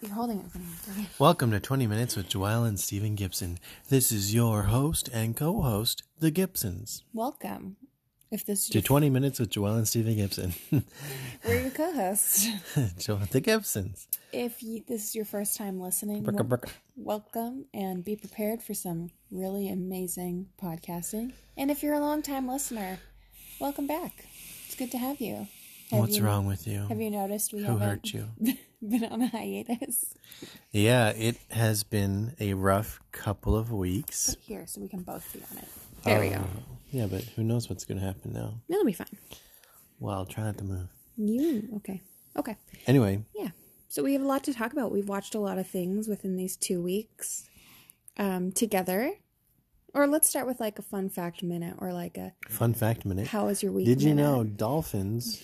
You're holding it for me. It's okay. Welcome to 20 Minutes with Joelle and Stephen Gibson. This is your host and co host, the Gibsons. Welcome. If this is To your, 20 Minutes with Joelle and Stephen Gibson. we're your co-host. Joel, the Gibsons. if you, this is your first time listening, Bricka, wel- bricka. welcome and be prepared for some really amazing podcasting. And if you're a long time listener, welcome back. It's good to have you. Have What's you- wrong with you? Have you noticed we Who haven't hurt you? been on a hiatus? Yeah, it has been a rough couple of weeks. Um, Here, so we can both be on it. There we Oh. go. Yeah, but who knows what's going to happen now? It'll be fine. Well, try not to move. You okay? Okay. Anyway, Yeah. So we have a lot to talk about. We've watched a lot of things within these two weeks um, together. Or let's start with like a fun fact minute or like a fun fact minute. how was your week? Did you minute. know dolphins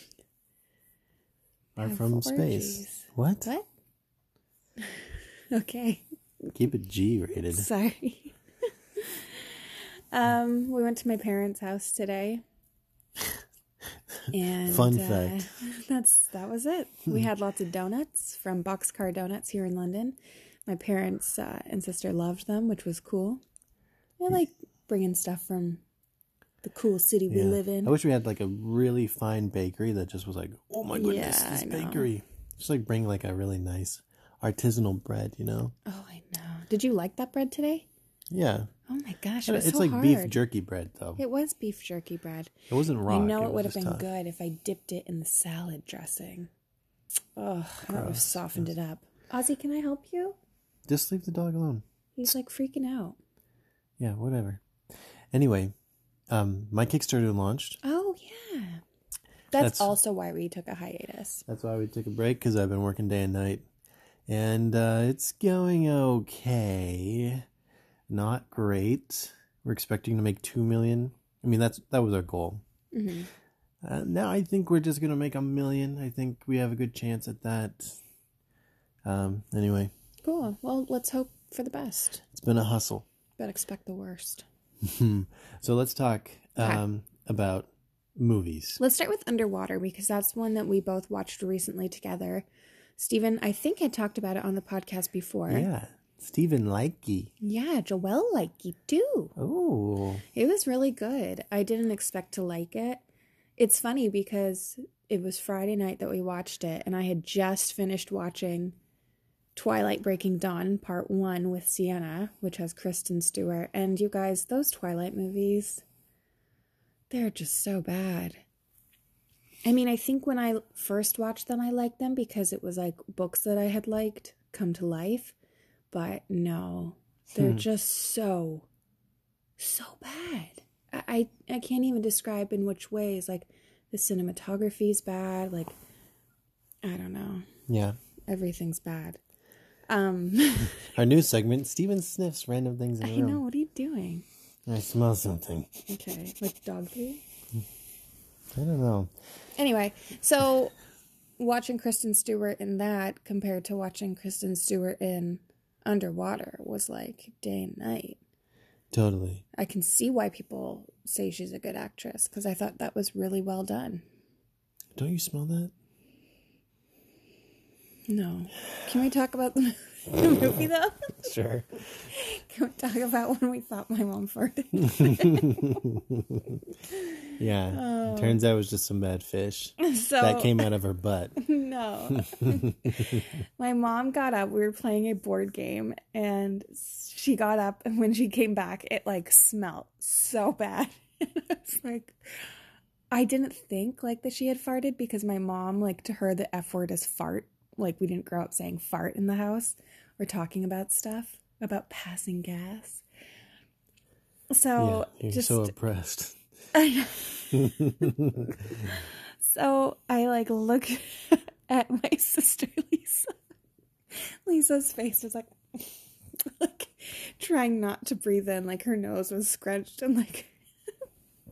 are Have from orgies. space? What? What? okay. Keep it G rated. Sorry. um, we went to my parents' house today. And Fun uh, fact. Hmm. That's that was it. We had lots of donuts from Boxcar Donuts here in London. My parents uh, and sister loved them, which was cool. Hmm. I like bringing stuff from the cool city we Yeah. live in. I wish we had like a really fine bakery that just was like, oh my goodness, Yeah, this I know. bakery. Just like bring like a really nice artisanal bread, you know? oh, I know. Did you like that bread today? Yeah. Oh my gosh, it was It's so like hard. beef jerky bread though. It, It was beef jerky bread. wasn't raw. I know it, was would have just been tough. good if I dipped it in the salad dressing. Ugh, I would have softened it up. Ozzy, can I help you? Just leave the dog alone. He's like freaking out. Yeah, whatever. Anyway, um, my Kickstarter launched. Oh yeah, that's, That's- also why we took a hiatus. That's why we took a break because I've been working day and night, and uh, it's going okay. Not great. We're expecting to make two million. I mean, that's that was our goal. hmm Uh, now I think we're just gonna make a million. I think we have a good chance at that. Um. Anyway, Cool. Well, let's hope for the best, it's been a hustle. Hmm. but expect the worst. so let's talk Okay. um about movies. Let's start with Underwater because that's one that we both watched recently together. Steven, I think I talked about it on the podcast before. Yeah, Stephen Likey. yeah Joelle liked it too. Oh, It was really good. I didn't expect to like it. It's funny because it was Friday night that we watched it, and I had just finished watching Twilight Breaking Dawn Part 1 with Sienna, which has Kristen Stewart. And you guys, those Twilight movies, they're just so bad. I mean, I think when I first watched them, I liked them because it was like books that I had liked come to life. But no, they're Hmm. just so so bad. I, I I can't even describe in which ways. Like the cinematography's bad. Like I don't know. yeah. Everything's bad. Um, Our new segment: Stephen sniffs random things in I the room. know. What are you doing? I smell something. Okay, like dog food. I don't know. Anyway, so watching Kristen Stewart in that compared to watching Kristen Stewart in Underwater was like day and night. Totally. I can see why people say she's a good actress because I thought that was really well done. Don't you smell that? No. Can we talk about the the movie though? Sure. Can we talk about when we thought my mom farted? Yeah. Oh. Turns out it was just some bad fish So that came out of her butt. no. my mom got up. We were playing a board game, and she got up, and when she came back, it like smelled so bad. I was like, I didn't think like that she had farted because my mom like to her the f word is fart. Like we didn't grow up saying fart in the house or talking about stuff about passing gas. yeah, So you're just so oppressed. I know. so I like look at my sister Lisa. Lisa's face was like, like trying not to breathe in, like her nose was scrunched and like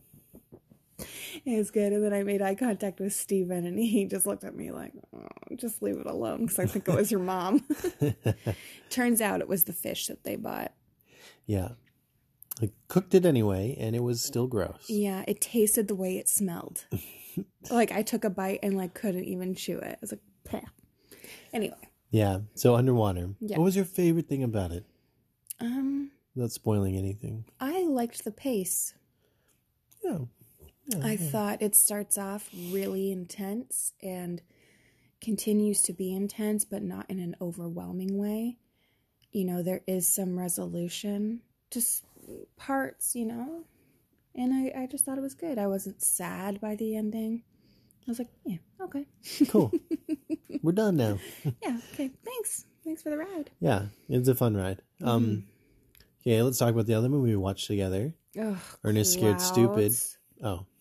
it was good. And then I made eye contact with Steven and he just looked at me like, oh, just leave it alone because I think it was your mom. Turns out it was the fish that they bought. Yeah. I cooked it anyway, and it was still gross. Yeah, it tasted the way it smelled. like I took a bite and like couldn't even chew it. I was like, Pleh. anyway, Yeah. So underwater. Yeah. What was your favorite thing about it? Um, Without spoiling anything. I liked the pace. Yeah. I thought it starts off really intense and continues to be intense, but not in an overwhelming way. You know, there is some resolution to s- parts, you know? And I, I just thought it was good. I wasn't sad by the ending. I was like, yeah, okay. Cool. We're done now. Yeah, okay. Thanks. Thanks for the ride. Yeah. It was a fun ride. Mm-hmm. Um. Okay. Let's talk about the other movie we watched together. Ugh, Ernest Scared Stupid. clouds. Oh.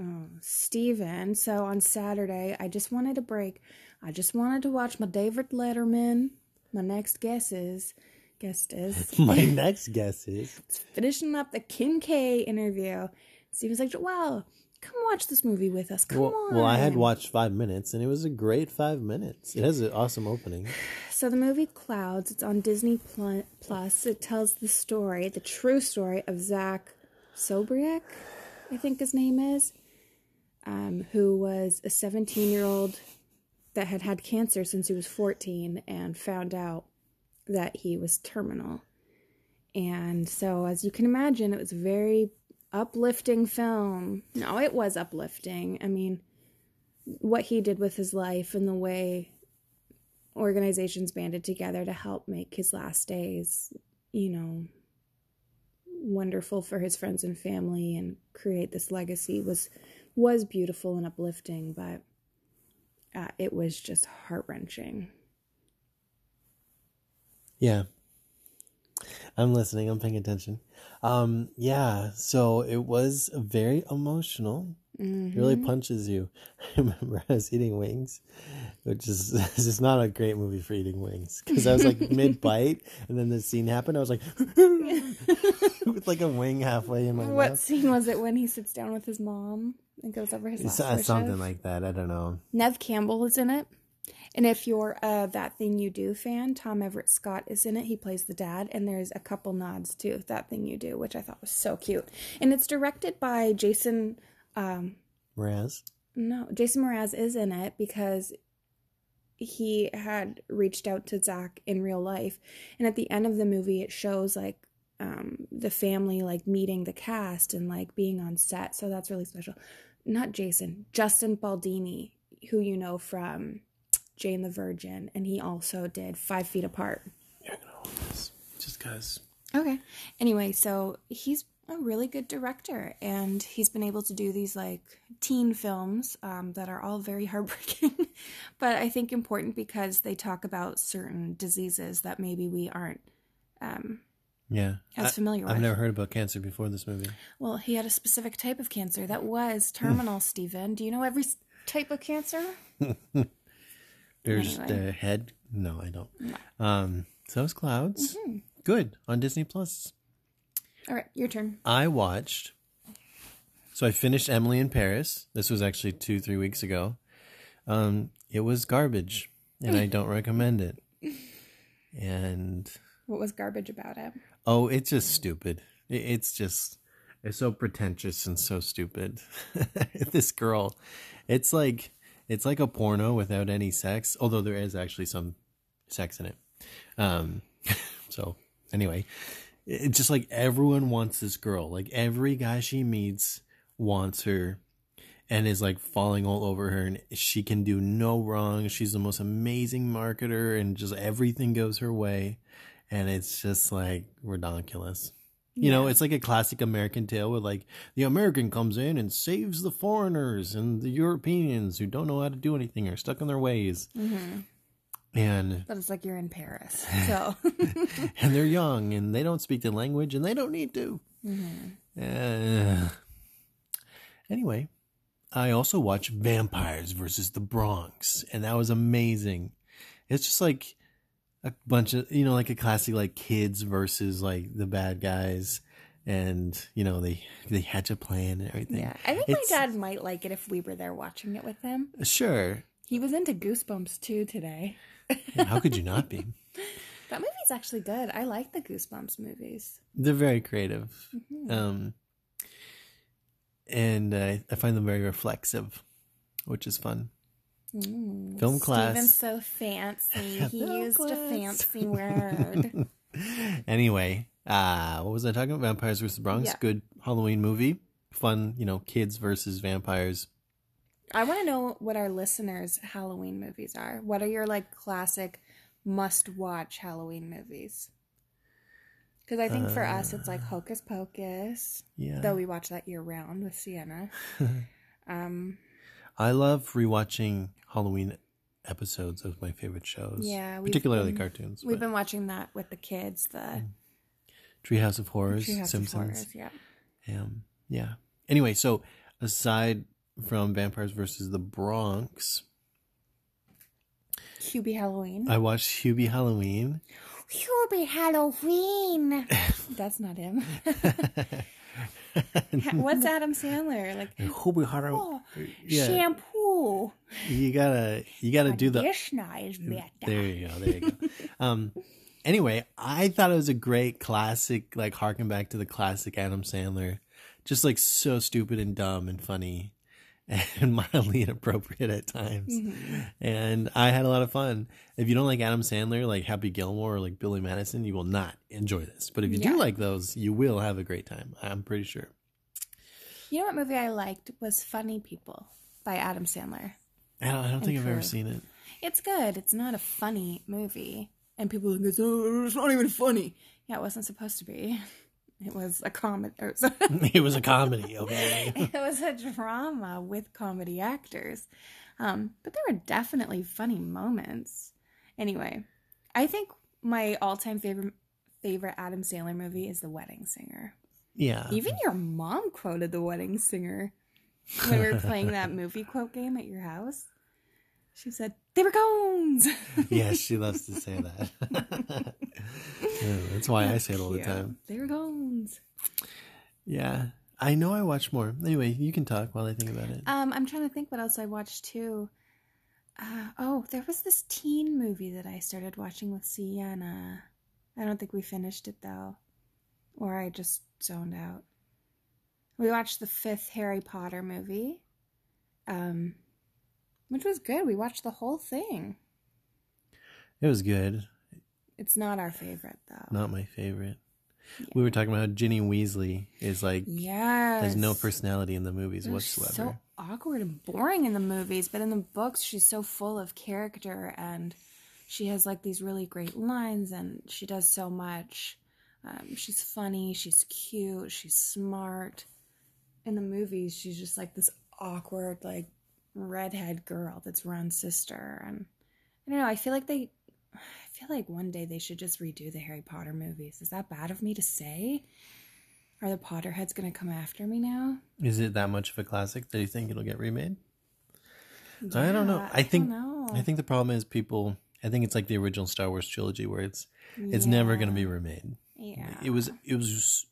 Oh, Steven. So on Saturday, I just wanted a break. I just wanted to watch my David Letterman. My next guess is, guest is My next guess is finishing up the Kim K interview. Steven's like, well, come watch this movie with us. Come well, on. well, I had watched five minutes, and it was a great five minutes. It has an awesome opening. So the movie Clouds, it's on Disney Plu- Plus. It tells the story, the true story of Zach Sobriak, I think his name is, um, who was a 17-year-old that had had cancer since he was 14 and found out that he was terminal. And so, as you can imagine, it was a very uplifting film. No, it was uplifting. I mean, what he did with his life and the way organizations banded together to help make his last days, you know, wonderful for his friends and family and create this legacy was was beautiful and uplifting, but uh, it was just heart wrenching. Yeah. I'm listening. I'm paying attention. Um, yeah. So it was very emotional. It really Mm-hmm. punches you. I remember I was eating wings, which is this is not a great movie for eating wings because I was like mid bite, and then the scene happened. I was like with like a wing halfway in my What mouth. scene was it when he sits down with his mom and goes over his It's, last uh, wishes? something like that. I don't know. Nev Campbell is in it. And if you're a That Thing You Do fan, Tom Everett Scott is in it. He plays the dad. And there's a couple nods to That Thing You Do, which I thought was so cute. And it's directed by Jason. Um, Raz. no, Jason Mraz is in it because he had reached out to Zach in real life. And at the end of the movie, it shows like um, the family like meeting the cast and like being on set. So that's really special. Not Jason, Justin Baldini, who you know from Jane the Virgin, and he also did Five Feet Apart. You're gonna hold this just because. Okay. Anyway, so he's a really good director, and he's been able to do these like teen films um, that are all very heartbreaking, but I think important because they talk about certain diseases that maybe we aren't um, Yeah. as I, familiar with. I've never heard about cancer before this movie. Well, he had a specific type of cancer that was terminal, Hmm. Stephen. Do you know every s- type of cancer? There's Anyway. the head. No, I don't. Um, so it was clouds. Good on Disney Plus. All right, your turn. I watched. So I finished Emily in Paris. This was actually two, three weeks ago. Um, it was garbage, and I don't recommend it. And What was garbage about it? oh, it's just stupid. It, it's just it's so pretentious and so stupid. this girl, it's like it's like a porno without any sex, although there is actually some sex in it. Um, so anyway, it- it's just like everyone wants this girl. Like every guy she meets wants her and is like falling all over her and she can do no wrong. She's the most amazing marketer and just everything goes her way. And it's just like ridiculous. You know, it's like a classic American tale where like the American comes in and saves the foreigners and the Europeans who don't know how to do anything are stuck in their ways. And But it's like you're in Paris, so and they're young and they don't speak the language and they don't need to. Mm-hmm. Uh, anyway, I also watched Vampires versus the Bronx, and that was amazing. It's just like a bunch of you know, like a classic like kids versus like the bad guys, and you know they they hatch a plan and everything. yeah. I think It's- my dad might like it if we were there watching it with him. Sure, He was into Goosebumps too today. how could you not be? That movie's actually good. I like the Goosebumps movies. They're very creative, Mm-hmm. um, and I, I find them very reflexive, which is fun. Mm, Film class. Steven's so fancy. He Film used a class. fancy word. anyway, uh, what was I talking about? Vampires versus Bronx. Yeah. Good Halloween movie. Fun, you know, kids versus vampires. I want to know what our listeners' Halloween movies are. What are your like classic must-watch Halloween movies? Because I think for us, it's like Hocus Pocus, Uh. Yeah. though we watch that year-round with Sienna. Um, I love rewatching Halloween episodes of my favorite shows. Yeah, we've particularly been- cartoons. we've but been watching that with the kids. The Treehouse of Horrors, Treehouse of Simpsons. Horrors, yeah. Um, yeah. Anyway, so aside from Vampires versus the Bronx, QB Halloween. I watched Hubie Halloween. QB Halloween. That's not him. What's Adam Sandler like? Hubie Halloween. Oh, Yeah, shampoo. you gotta you gotta do the Conditioner is better. There you go. There you go. um, anyway, I thought it was a great classic, like harken back to the classic Adam Sandler, just like so stupid and dumb and funny, and mildly inappropriate at times. Mm-hmm. And I had a lot of fun. If you don't like Adam Sandler, like Happy Gilmore or like Billy Madison, you will not enjoy this. But if you Yeah. do like those, you will have a great time. I'm pretty sure. You know what movie I liked was Funny People by Adam Sandler. I don't, I don't think I've ever Improve. seen it. It's good. It's not a funny movie. And people go, oh, it's not even funny. Yeah, it wasn't supposed to be. It was a comedy. It was a, it was a comedy, okay? it was a drama with comedy actors. Um, but there were definitely funny moments. Anyway, I think my all-time favorite favorite Adam Sandler movie is The Wedding Singer. Yeah. Even your mom quoted The Wedding Singer when we were playing that movie quote game at your house. She said, "They were cones." yes, she loves to say that. Yeah, that's why I say it all the Yeah, time. They were cones. Yeah. I know I watch more. Anyway, you can talk while I think about it. Um, I'm trying to think what else I watched too. Uh, oh, there was this teen movie that I started watching with Sienna. I don't think we finished it though, or I just zoned out. We watched the fifth Harry Potter movie, um, which was good. We watched the whole thing. It was good. oh. It's not our favorite though. Not my favorite. We were talking about how Ginny Weasley is like Yes. has no personality in the movies They're whatsoever. So awkward and boring in the movies, but in the books, she's so full of character and she has like these really great lines and she does so much. Um, she's funny, she's cute, she's smart. In the movies, she's just like this awkward, like redhead girl that's Ron's sister. And I don't know, I feel like they. I feel like one day they should just redo the Harry Potter movies. Is that bad of me to say? Are the Potterheads going to come after me now? Is it that much of a classic? Do you think it'll get remade? I don't know. Yeah, I think don't know. I think the problem is people I think it's like the original Star Wars trilogy where it's it's never going to be remade. yeah. It was it was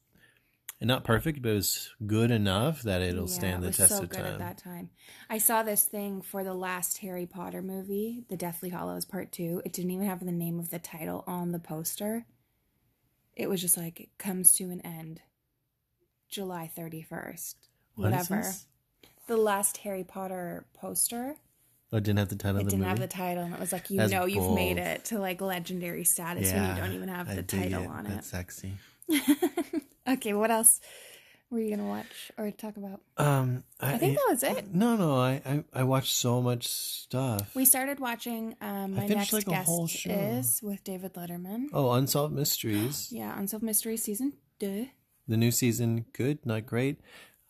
not perfect, but it was good enough that it'll Yeah, stand it the was test so of good time. At that time, I saw this thing for the last Harry Potter movie, The Deathly Hollows Part Two. It didn't even have the name of the title on the poster. It was just like it comes to an end, July thirty first, What is whatever. this? The last Harry Potter poster. Oh, it didn't have the title It of the didn't movie. have the title, and it was like you That's know you've made bold. it to like legendary status when you don't even have I the dig title on That's sexy. it. okay, what else were you gonna watch or talk about? Um, I, I think that was it. no, no. I, I I watched so much stuff. We started watching um, I My finished, Next like, a Guest whole show. Is with David Letterman. oh, Unsolved Mysteries, Yeah, Unsolved Mystery Season 2. the new season, good, not great.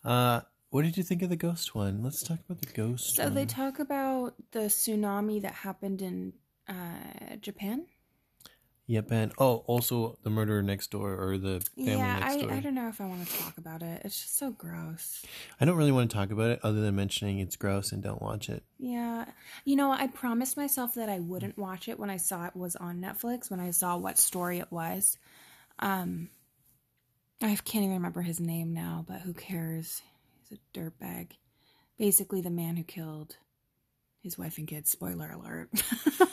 Uh, what did you think of the ghost one? Let's talk about the ghost. So one. they talk about the tsunami that happened in uh, Japan. Yep, and oh, also the murderer next door or the family yeah, next I, door. I don't know if I want to talk about it. It's just so gross. I don't really want to talk about it other than mentioning it's gross and don't watch it. Yeah. You know, I promised myself that I wouldn't watch it when I saw it was on Netflix, when I saw what story it was. Um I can't even remember his name now, but who cares? He's a dirtbag. Basically the man who killed his wife and kids, spoiler alert.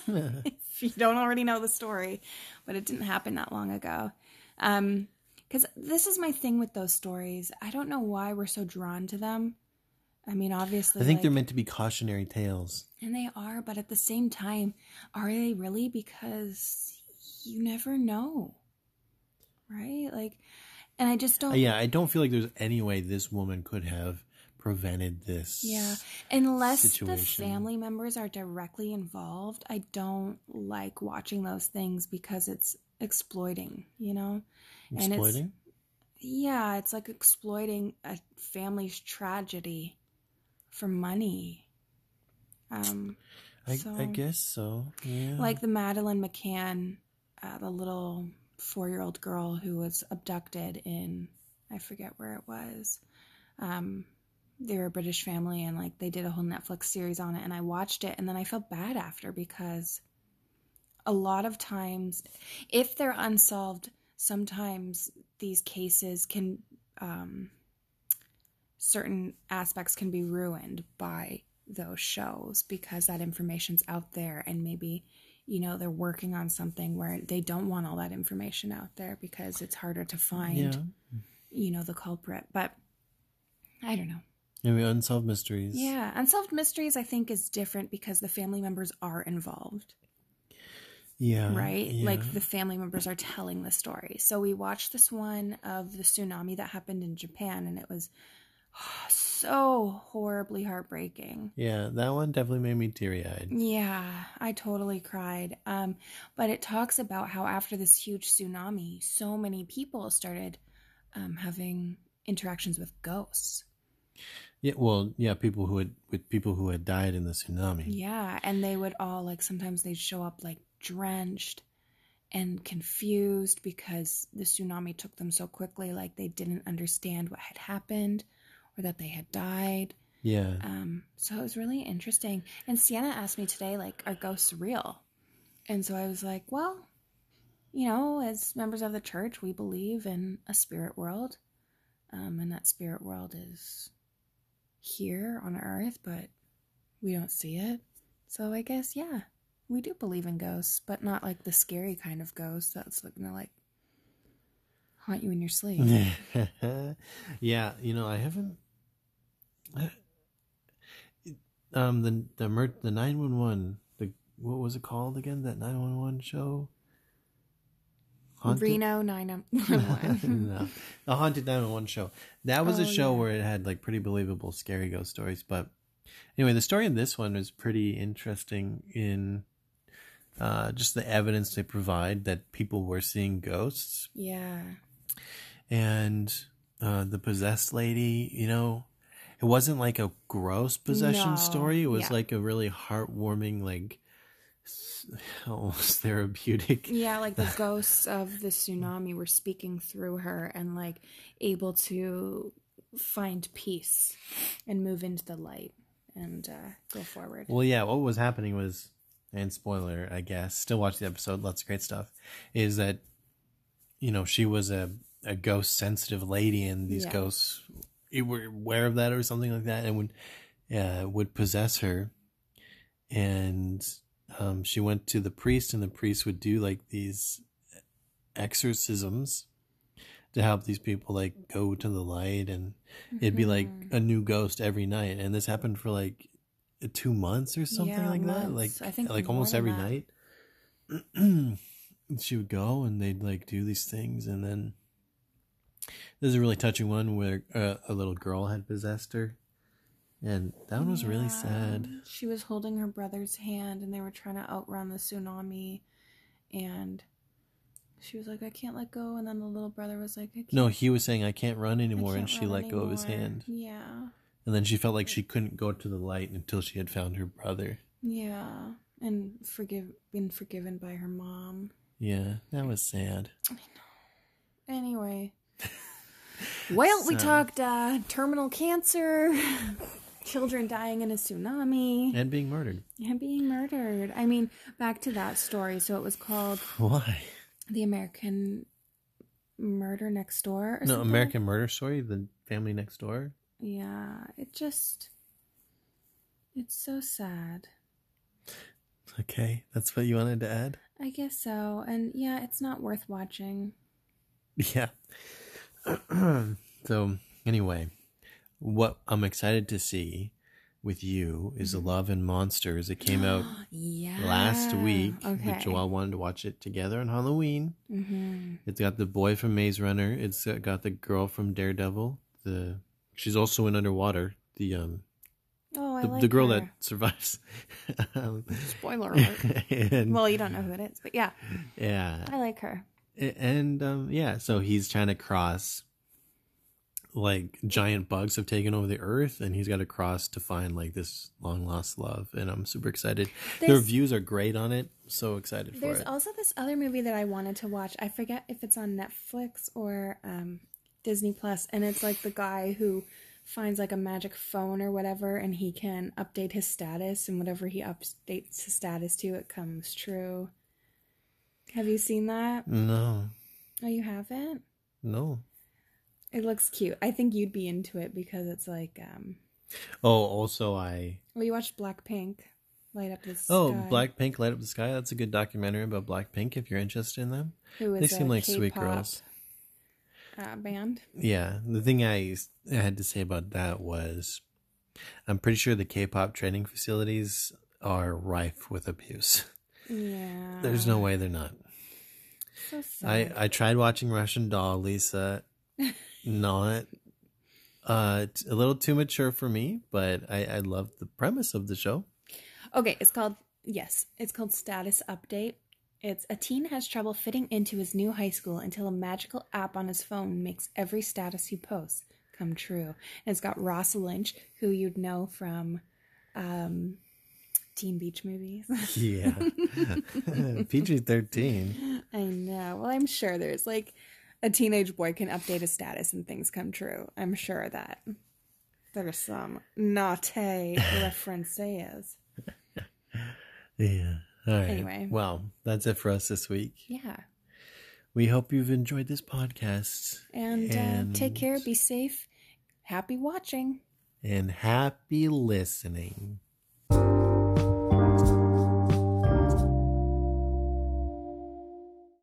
if you don't already know the story, but it didn't happen that long ago. Um because this is my thing with those stories. I don't know why we're so drawn to them I mean, obviously, I think like- they're meant to be cautionary tales. and they are, but at the same time, are they really? Because you never know, right? Like, and I just don't. Uh, Yeah, I don't feel like there's any way this woman could have prevented this. Yeah, unless the uh, situation. family members are directly involved, I don't like watching those things because it's exploiting, you know? And it's- Exploiting? Yeah, it's like exploiting a family's tragedy for money. Um, I, I so- guess so. Yeah. like the Madeline McCann, uh, the little four year old girl who was abducted in, I forget where it was. Um, they were a British family and like they did a whole Netflix series on it and I watched it and then I felt bad after because a lot of times, if they're unsolved, sometimes these cases can, um, certain aspects can be ruined by those shows because that information's out there and maybe you know they're working on something where they don't want all that information out there because it's harder to find yeah. you know the culprit but i don't know Maybe unsolved mysteries. yeah unsolved mysteries i think is different because the family members are involved Yeah. right Uh, yeah. like the family members are telling the story so we watched this one of the tsunami that happened in japan and it was so horribly heartbreaking Yeah, that one definitely made me teary eyed. Mm. Yeah, I totally cried. Um, but it talks about how after this huge tsunami, so many people started um, having interactions with ghosts. Yeah, well, yeah, people who had with people who had died in the tsunami. Yeah, and they would all like sometimes they'd show up like drenched and confused because the tsunami took them so quickly, like they didn't understand what had happened or that they had died. Yeah. Um, so it was really interesting. And Sienna asked me today, like, are ghosts real? And so I was like, well, you know, as members of the church, we believe in a spirit world. Um, and that spirit world is here on earth, but we don't see it. So I guess, yeah, we do believe in ghosts, but not like the scary kind of ghost that's going to like haunt you in your sleep. yeah, you know, I haven't. Um, the the mer- the nine one one the what was it called again? That nine one one show. Reno 911. no, the haunted nine one one show. That was a Oh, show yeah. where it had like pretty believable scary ghost stories. But anyway, the story in this one was pretty interesting in uh, just the evidence they provide that people were seeing ghosts yeah. and uh, the possessed lady, you know, it wasn't like a gross possession No. story. It was Yeah. like a really heartwarming, like s- almost therapeutic. Yeah, like the ghosts of the tsunami were speaking through her and like able to find peace and move into the light and uh, go forward. Well, yeah, what was happening was, and spoiler, I guess, still watch the episode, lots of great stuff, is that, you know, she was a, a ghost sensitive lady and these Yeah. ghosts it, were aware of that or something like that and would, uh, would possess her. And um, she went to the priest, and the priest would do like these exorcisms to help these people like go to the light and it'd be like Mhm. a new ghost every night and this happened for like two months or something Yeah, like that like months. I think like more almost than every that. night she would go and they'd like do these things and then there's a really touching one where uh, a little girl had possessed her and that one was really Yeah. sad She was holding her brother's hand and they were trying to outrun the tsunami and she was like, I can't let go. And then the little brother was like, I can't, no he was saying i can't run I anymore and can't she run let go of his anymore." hand Yeah. and then she felt like she couldn't go to the light until she had found her brother Yeah. And forgive been forgiven by her mom. yeah that was sad Anyway. Well, we So- talked uh, terminal cancer, children dying in a tsunami, and being murdered and being murdered. I mean, back to that story. So it was called why The American Murder Next Door or No, something? American Murder Story, the family next door. Yeah, it just. It's so sad. Okay, that's what you wanted to add. I guess so. And yeah, it's not worth watching. Yeah. so anyway, what I'm excited to see with you is Mm-hmm. Love and Monsters. It came out yeah. last week. Ah, Okay. Joel wanted to watch it together on Halloween. hmm It's got the boy from Maze Runner. It's uh, got the girl from Daredevil. The she's also in Underwater. The um Oh, I the, like the girl her. that survives. um, Spoiler alert. and, well, you don't know who it is, but yeah, yeah, I like her. A- and um, yeah, so he's trying to cross. Like giant bugs have taken over the earth, and he's got to cross to find like this long lost love. And I'm super excited. The There's- reviews are great on it. So excited for There's it. also this other movie that I wanted to watch. I forget if it's on Netflix or um, Disney Plus, and it's like the guy who finds like a magic phone or whatever, and he can update his status, and whatever he updates his status to, it comes true. Have you seen that? no, Oh, you haven't. no. It looks cute. I think you'd be into it because it's like, um, Oh, also I well, you watched Blackpink light up the sky. Oh, Blackpink Light Up the Sky. That's a good documentary about Blackpink if you're interested in them. Who is they seem a like sweet K-pop, girls. Uh, band. Yeah. The thing I s- I had to say about that was I'm pretty sure the K pop training facilities are rife with abuse. Yeah. There's no way they're not. So I, sad. I tried watching Russian Doll, Lisa. Not uh t- a little too mature for me, but I, I love the premise of the show. Okay, it's called yes, it's called status update. It's a teen has trouble fitting into his new high school until a magical app on his phone makes every status he posts come true. And it's got Ross Lynch, who you'd know from um Teen Beach movies. Yeah. PG thirteen. I know. Well, I'm sure there's like a teenage boy can update his status and things come true. I'm sure of that. There are some naughty references. Yeah. All right. Anyway. Well, that's it for us this week. Yeah. We hope you've enjoyed this podcast. And, And- uh, take care, be safe, happy watching. And happy listening.